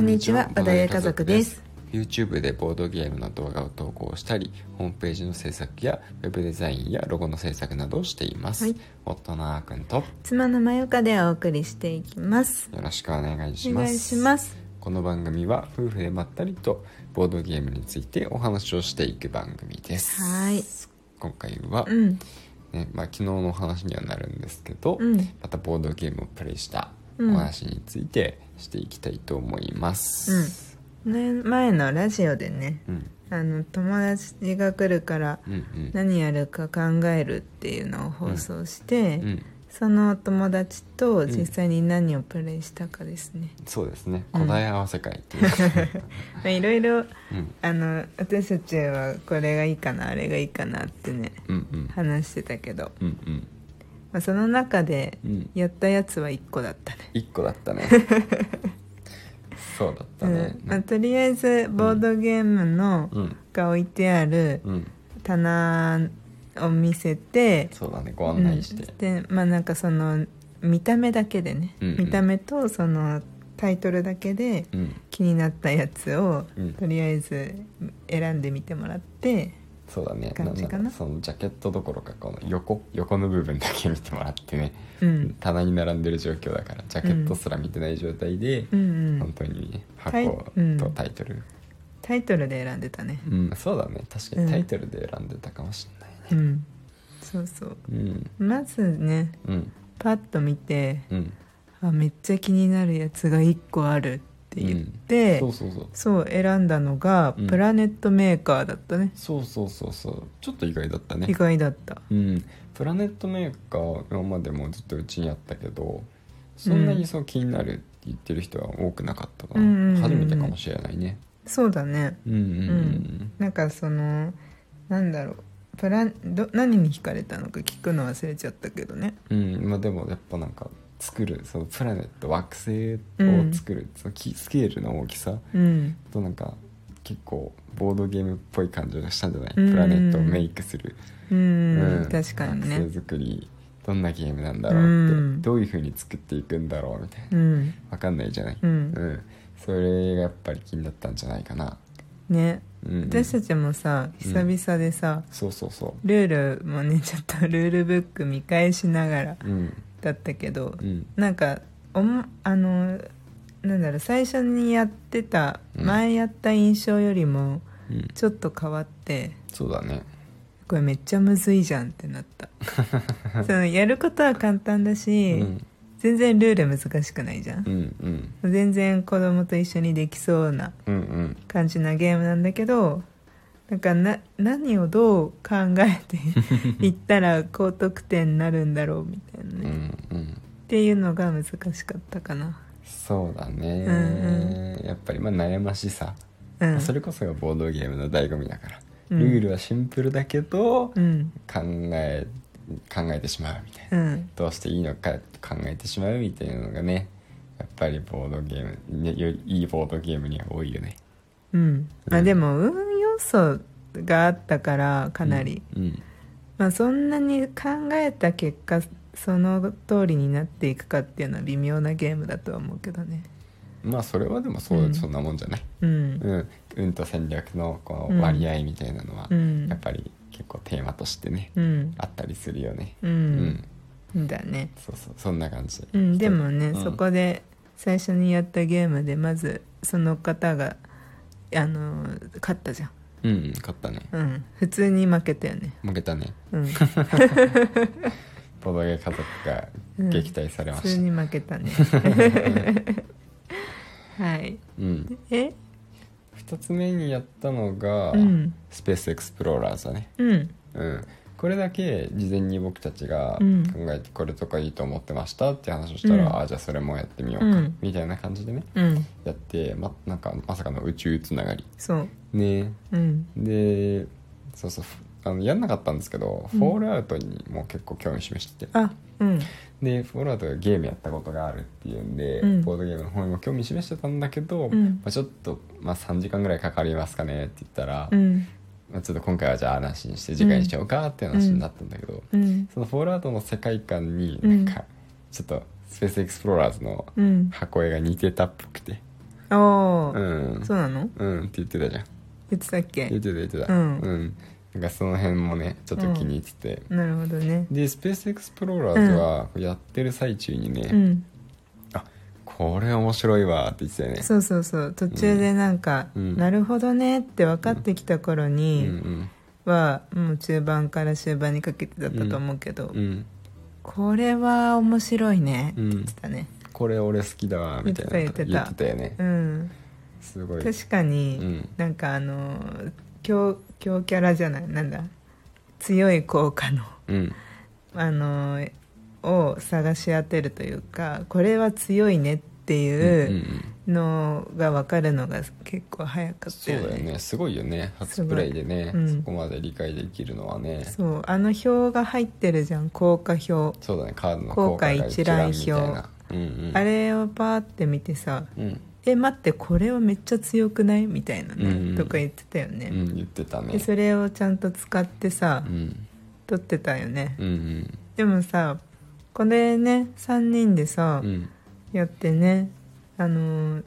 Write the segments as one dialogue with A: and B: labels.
A: んにちは和田屋家族です
B: YouTube でボードゲームの動画を投稿したりホームページの制作やウェブデザインやロゴの制作などをしています、
A: はい
B: 夫のあーくんとよ
A: 妻のまよかでお送りしていきます
B: ろしくお願いし
A: お
B: ます
A: 願いします
B: この番組は夫婦でまったりとボードゲームについてお話をしていく番組です
A: はい
B: 今回は、
A: うん
B: ねまあ、昨日のお話にはなるんですけど、
A: うん
B: またボードゲームをプレイした
A: うん
B: お話についてしていきたいと思います、
A: ね前のラジオでね
B: うん、
A: あの友達が来るから
B: うんうん
A: 何やるか考えるっていうのを放送して、
B: うん
A: その友達と
B: ん
A: 実際に何をプレイしたかですね、
B: そうですね
A: うん
B: 答え合わせ会っていう、
A: まあいろいろ
B: うん、
A: あの私たちはこれがいいかなあれがいいかなってね
B: うんうん
A: 話してたけど、
B: うんうん
A: まあ、その中で
B: うん
A: やったやつは1個だったね
B: 一個だったねそうだったね
A: うんまあ、とりあえずボードゲームの
B: うん
A: が置いてある
B: うん
A: 棚を見せて、
B: そうだねご案内して
A: うんでまあなんかその見た目だけでね、
B: うんうん
A: 見た目とそのタイトルだけで
B: うん
A: 気になったやつを、
B: うん
A: とりあえず選んでみてもらって
B: そうだね
A: 感じかなん
B: だそのジャケットどころかこの横横の部分だけ見てもらってね、
A: うん
B: 棚に並んでる状況だからジャケットすら見てない状態で、
A: うんう
B: 本
A: ん
B: 当にね
A: タイ
B: 箱
A: うん
B: とタイトル、
A: タイトルで選んでたね
B: うんそうだね確か
A: うん
B: にタイトルで選んでたかもし
A: う
B: れないね
A: んそうそう
B: うん
A: まずね
B: うん
A: パッと見て
B: うん
A: あめっちゃ気になるやつが1個あるって言って、
B: そうそうそう
A: そう選んだのが
B: うん
A: プラネットメーカーだったね、
B: そうそうそうそうちょっと意外だったね
A: 意外だった
B: うん、プラネットメーカー今までもずっとうちにあったけどそんなにそう気になるって言ってる人は多くなかったかな、
A: うんうんうんうん
B: 初めてかもしれないね
A: そうだね
B: うんうんうん
A: なんかそのなんだろうプランど何に惹かれたのか聞くの忘れちゃったけどね
B: うん、まあでもやっぱなんか作るそのプラネット惑星
A: うん
B: を作る、そのきスケールの大きさ
A: うん
B: となんか結構ボードゲームっぽい感じがしたんじゃない、
A: うんうん
B: プラネットをメイクする、
A: う、
B: うん
A: 確かに
B: 惑
A: ね
B: 星作りどんなゲームなんだろうって、
A: うん
B: どういうふうに作っていくんだろうみたいな
A: うん
B: わかんないじゃない、
A: うん
B: うん、それがやっぱり気になったんじゃないかな、
A: ね
B: うんうん、
A: 私たちもさ久々でさ、
B: そうそうそ
A: ルールもねちょっとルールブック見返しながら
B: ううん
A: だったけど
B: うん
A: なんかおもあのなんだろう最初にやってた
B: うん
A: 前やった印象よりも
B: うん
A: ちょっと変わって、
B: そうだね
A: これめっちゃむずいじゃんってなった そのやることは簡単だ
B: う
A: し、
B: ん
A: 全然ルール難しくないじゃ、
B: うんん
A: 全然子供と一緒にできそうな
B: うんうんうん
A: 感じなゲームなんだけどなんかな何をどう考え ていったら高得点になるんだろうみたいなね、
B: う
A: っ
B: んうん
A: ていうのが難しかったかな
B: そうだね、
A: うん
B: やっぱりまあ悩ましさ、
A: うん
B: それこそがボードゲームの醍醐味だから、
A: うん
B: ルールはシンプルだけど、
A: うん
B: 考え考えてしまうみたいな、
A: うん
B: どうしていいのか考えてしまうみたいなのがねやっぱりボードゲーム、ね、よりいいボードゲームには多いよね
A: うんまあでも運要素があったからかなり、
B: うん
A: まあそんなに考えた結果その通りになっていくかっていうのは微妙なゲームだとは思うけどね
B: まあそれはでもそう、
A: うん
B: そんなもんじゃない、
A: うん
B: うん、運と戦略のこ
A: うん
B: う割合みたいなのは、
A: うん
B: やっぱり結構テーマとしてね、
A: うん
B: あったりするよね
A: う
B: うん
A: ん、だね
B: そうそうそんな感じ
A: うんでもね、
B: うん
A: そこで最初にやったゲームでまずその方があの勝ったじゃん
B: うん、うん、勝ったね
A: うん普通に負けたよね
B: 負けたね
A: うん
B: ボドゲ家族が
A: うん
B: 撃退されま
A: 普
B: し
A: 通
B: た、
A: に負けたねはい
B: うん
A: え
B: 2つ目にやったのが、
A: うん
B: スペースエクスプローラーズだね
A: うん
B: うんこれだけ事前に僕たちが
A: う
B: 考
A: ん
B: えてこれとかいいと思ってましたって話をしたら、
A: うん
B: ああじゃあそれもやってみようか、
A: うん
B: みたいな感じでね
A: うん
B: やってまなんかまさかの宇宙つながり
A: そう
B: ね
A: うん
B: でそうそうふあのやんなかったんですけど、
A: うん
B: フォールアウトにも結構興味示してて
A: あうん
B: でフォールアウトがゲームやったことがあるっていうんで、
A: うん
B: ボードゲームの方にも興味示してたんだけど、
A: うん
B: まあ、ちょっと、まあ、3時間ぐらいかかりますかねって言ったら、
A: うん
B: まあ、ちょっと今回はじゃあなしにして次回にしようかって話になったんだけど、
A: うん
B: そのフォールアウトの世界観に
A: う
B: なんんか、ちょっとスペースエクスプローラーズの
A: うん
B: 箱絵が似てたっぽくて、
A: ああ
B: う
A: あ、
B: ん
A: そうなの
B: うんって言ってたじゃん
A: 言ってたっ
B: 言
A: け
B: ってた言ってた
A: うん
B: なんかその辺もねちょっと気に入ってて、
A: なるほどね
B: でスペースエクスプローラーズはやってる最中にね、
A: うん
B: これ面白いわって言ってたよね
A: そうそうそう途中でなんか、
B: うん
A: なるほどねって分かってきた頃
B: う
A: に
B: ん
A: は、もう中盤から終盤にかけてだったと思うけど、
B: うんうん
A: これは面白いねって
B: うん
A: 言ってたね
B: これ俺好きだわみたいな
A: 言ってた言ってた
B: 言ってたよね
A: うん、
B: すごい
A: 確かに、
B: うん
A: なんかあの強強キャラじゃないなんだ強い効果の
B: うん
A: あのを探し当てるというかこれは強いねって
B: うん
A: いう
B: うんうん
A: うのが分かるのが結構早かった
B: そう
A: よね,、
B: だよねすごいよね
A: す
B: 初
A: ごい
B: プレイでね、
A: うん
B: そこまで理解できるのはね
A: そうあの表が入ってるじゃん効果表、
B: そうだねカードの効果が一覧みたいなうんうん
A: あれをパーって見てさ
B: うん、
A: 「え待ってこれはめっちゃ強くない?」みたいなね、
B: うんうん
A: とか言ってたよね、
B: うん、言ってたね
A: でそれをちゃんと使ってさ、
B: うん
A: 撮ってたよね、
B: うん
A: でもさこれね3人でさ、
B: うんうん
A: やってねあのー、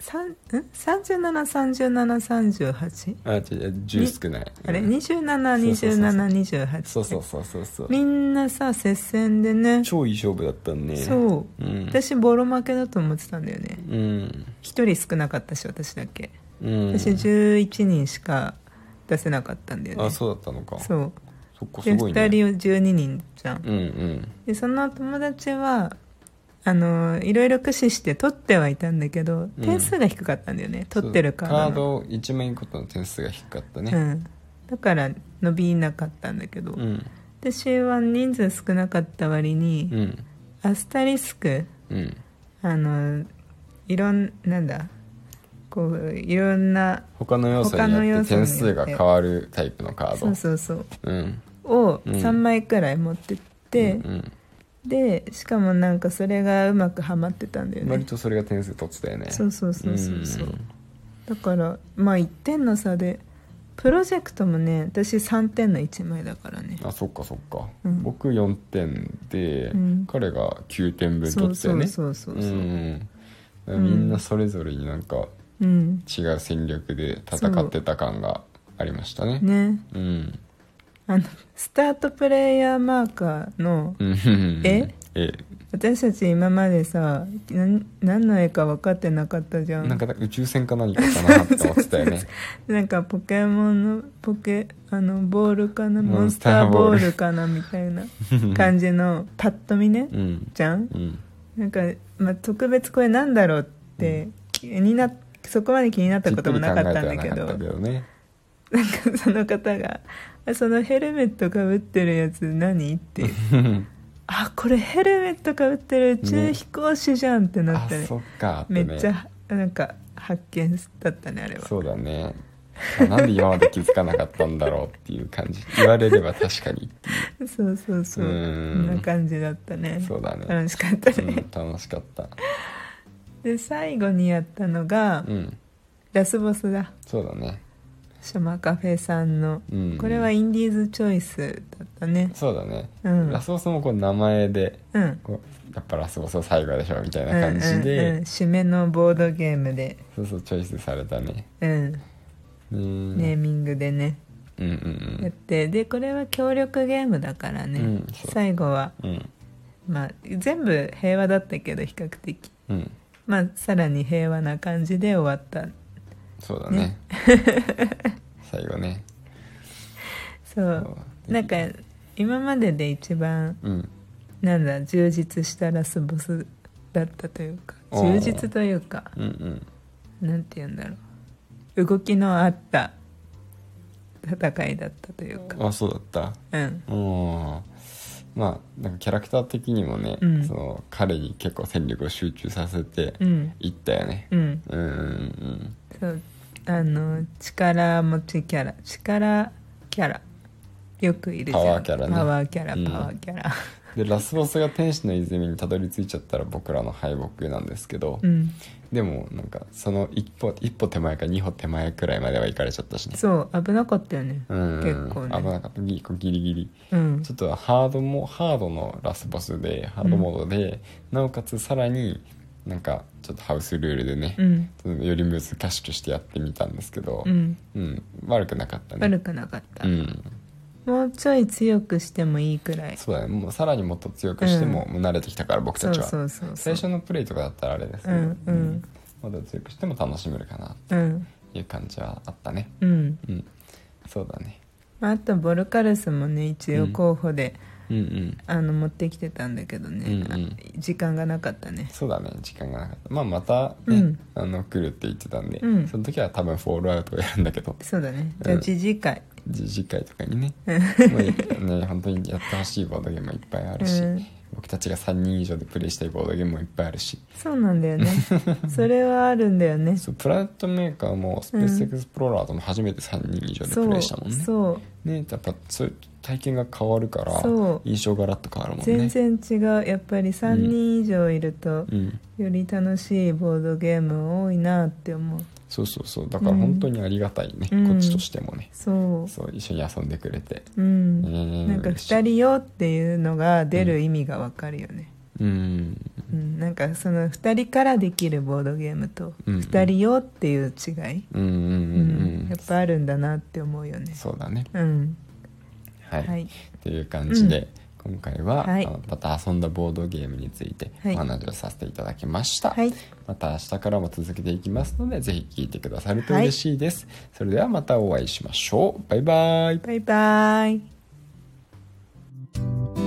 A: 373738?
B: あ違う10少ない
A: あれ
B: うん
A: 272728
B: そうそうそうそうそう
A: みんなさ接戦でね
B: 超いい勝負だったね
A: そう
B: うん
A: 私ボロ負けだと思ってたんだよね
B: うん
A: 1人少なかったし私だけ
B: うん
A: 私11人しか出せなかったんだよね
B: あそうだったのかそ
A: そう
B: こす
A: で
B: ごいね
A: 2人を12人じゃん
B: うんうん
A: でその友達はあのいろいろ駆使して取ってはいたんだけど
B: うん
A: 点数が低かったんだよね、取ってるカード
B: そう
A: の
B: カード1枚ごとの点数が低かった
A: う
B: ね
A: ん、だから伸びなかったんだけど、
B: うん
A: で終盤人数少なかった割に、
B: うん
A: アスタリスク
B: うん
A: あのいろんなんだこういろんな
B: 他の要素
A: 他の
B: によ
A: 要
B: って
A: 素によって
B: 点数が変わるタイプのカード
A: そうそうそう
B: うん
A: を
B: うん
A: 3枚くらい持ってって、
B: うん
A: でしかもなんかそれがうまくはまってたんだ
B: う
A: よ
B: ん、
A: ね
B: 割とそれが点数取ってたよね
A: そうそうそうそうそううんだからまあ1点の差でプロジェクトもね私3点の1枚だからね
B: あそっかそっか、
A: うん
B: 僕4点で、
A: うん
B: 彼が9点分
A: そ
B: 取
A: う
B: ってた
A: そ
B: よね
A: うそうそうそう、
B: うん
A: うん
B: みんなそれぞれになんか
A: うん
B: 違う戦略で戦ってた感がありましたね
A: ね
B: うん
A: あのスタートプレイヤーマーカーの
B: うん
A: え
B: え
A: 私たち今までさなん何の絵か分かってなかったじゃん
B: なんか宇宙船か何かかなって思ってたよ ね
A: なんかポケモンのポケあのボールかなモンスターボールかなみたいな感じのパッと見ね
B: うん
A: じゃん
B: うん
A: なんか、まあ、特別これなんだろうって気になそこまで気になったこともなかったんだけ
B: じっくり考えて
A: ど
B: はなかったけどね
A: なんかその方が「あそのヘルメットかぶってるやつ何?」って 「あこれヘルメットかぶってる宇宙飛行士じゃん」ってなっ
B: あ
A: てね
B: そっかって
A: め
B: ね
A: っちゃなんか発見だったねあれは
B: そうだねあなんで今まで気づかなかったんだろうっていう感じ言われれば確かに
A: そうそうそう
B: う
A: こん
B: ん
A: な感じだったね
B: そうだね
A: 楽しかった
B: うん
A: ね、
B: 楽しかった
A: で最後にやったのが、
B: うん
A: ラスボスだ
B: そうだね
A: シャマカフェさんの、
B: うん
A: これはインディーズチョイスだったね
B: そうだね
A: うん
B: ラスボスもこう名前で
A: うん
B: こうやっぱラスボスは最後でしょみたいな感じ
A: うんうんうん
B: で
A: 締めのボードゲームで、
B: そうそうチョイスされたね
A: うん
B: うん
A: ネーミングでね、
B: うんう
A: やっ
B: ん
A: てでこれは協力ゲームだからね、
B: うんそう
A: 最後は、
B: うんうん
A: まあ、全部平和だったけど比較的、
B: うん
A: まあ、さらに平和な感じで終わった
B: そうだね最後ね
A: そうなんか今までで一番
B: うん
A: なんだ充実したラスボスだったというか
B: おー
A: 充実というか
B: うんうん
A: なんて言うんだろう動きのあった戦いだったというか
B: あそうだった
A: うん
B: うんまあなんかキャラクター的にもね、
A: うん
B: その彼に結構戦力を集中させて
A: うん
B: いったよね
A: うん
B: うんうんうん
A: そうあの力持ちキャラ力キャラよくいるじゃん
B: パワーキャラね
A: パワーキャラ
B: うん
A: パワーキャラ
B: でラスボスが天使の泉にたどり着いちゃったら僕らの敗北なんですけど、
A: うん
B: でもなんかその一歩一歩手前か二歩手前くらいまでは行かれちゃったしね
A: そう危なかったよね
B: うん
A: 結構ね
B: 危なかったギギリギリ
A: うん
B: ちょっとハードもハードのラスボスでハードモードで、なおかつさらになんかちょっとハウスルールでね
A: う、ん
B: より難しくしてやってみたんですけど、
A: うん
B: うん悪くなかったね
A: 悪くなかった、
B: うん、
A: もうちょい強くしてもいいくらい
B: そうだねもうさらにもっと強くしても,、
A: う
B: もう慣れてきたから僕
A: そ
B: た
A: う
B: ちは
A: そうそうそ
B: 最
A: う
B: 初のプレイとかだったらあれですけ
A: う
B: ど、
A: んうん
B: まだ強くしても楽しめるかな
A: うん
B: っていう感じはあったね
A: うん、
B: うんそうだね
A: まあ、あとボルカルスもね一応候補で、
B: うんうん
A: あの持ってきてたんだけどね、
B: うんうん
A: あ時間がなかったね
B: そうだね時間がなかったまあまたね、
A: うん
B: あの来るって言ってたんで、
A: うん
B: その時は多分フォールアウトをやるんだけど
A: そうだねじゃあ
B: うん
A: 次次回、
B: 次次回とかにねもういね 本当にやってほしいボードゲームはいっぱいあるし、
A: うん
B: 僕たちが3人以上でプレイしたいボードゲームもいっぱいあるし
A: そうなんだよ ねそれはあるんだよね
B: そうプラネットメーカーもスペースエクスプローラーとも初めて3人以上でプレイしたもんね
A: そう
B: ねやっぱそういう体験が変わるから
A: そう
B: 印象がラッと変わるもん
A: 全
B: ね
A: 然違うやっぱり3人以上いると
B: うん
A: より楽しいボードゲーム多いなって思う
B: そうそうそうだから本当にありがたいね、
A: うん
B: こっちとしてもね
A: そ
B: そう一緒に遊んでくれて
A: ううん
B: うん
A: なんか2人よっていうのが出る意味がわかるよね、
B: うん
A: うん、なんかその2人からできるボードゲームと
B: うんうん
A: 2人よっていう違い、
B: うんうん
A: うん
B: うんう
A: や
B: ん
A: っぱあるんだなって思うよね
B: そうだね
A: うん
B: は、
A: はいい、はい
B: っていう感じで、今回は、
A: はい
B: あのまた遊んだボードゲームについて
A: はい
B: お話をさせていただきました、
A: はい
B: また明日からも続けていきますのでぜひ聞いてくださると
A: はい
B: 嬉しいです、それではまたお会いしましょうバイバイ
A: バイバイ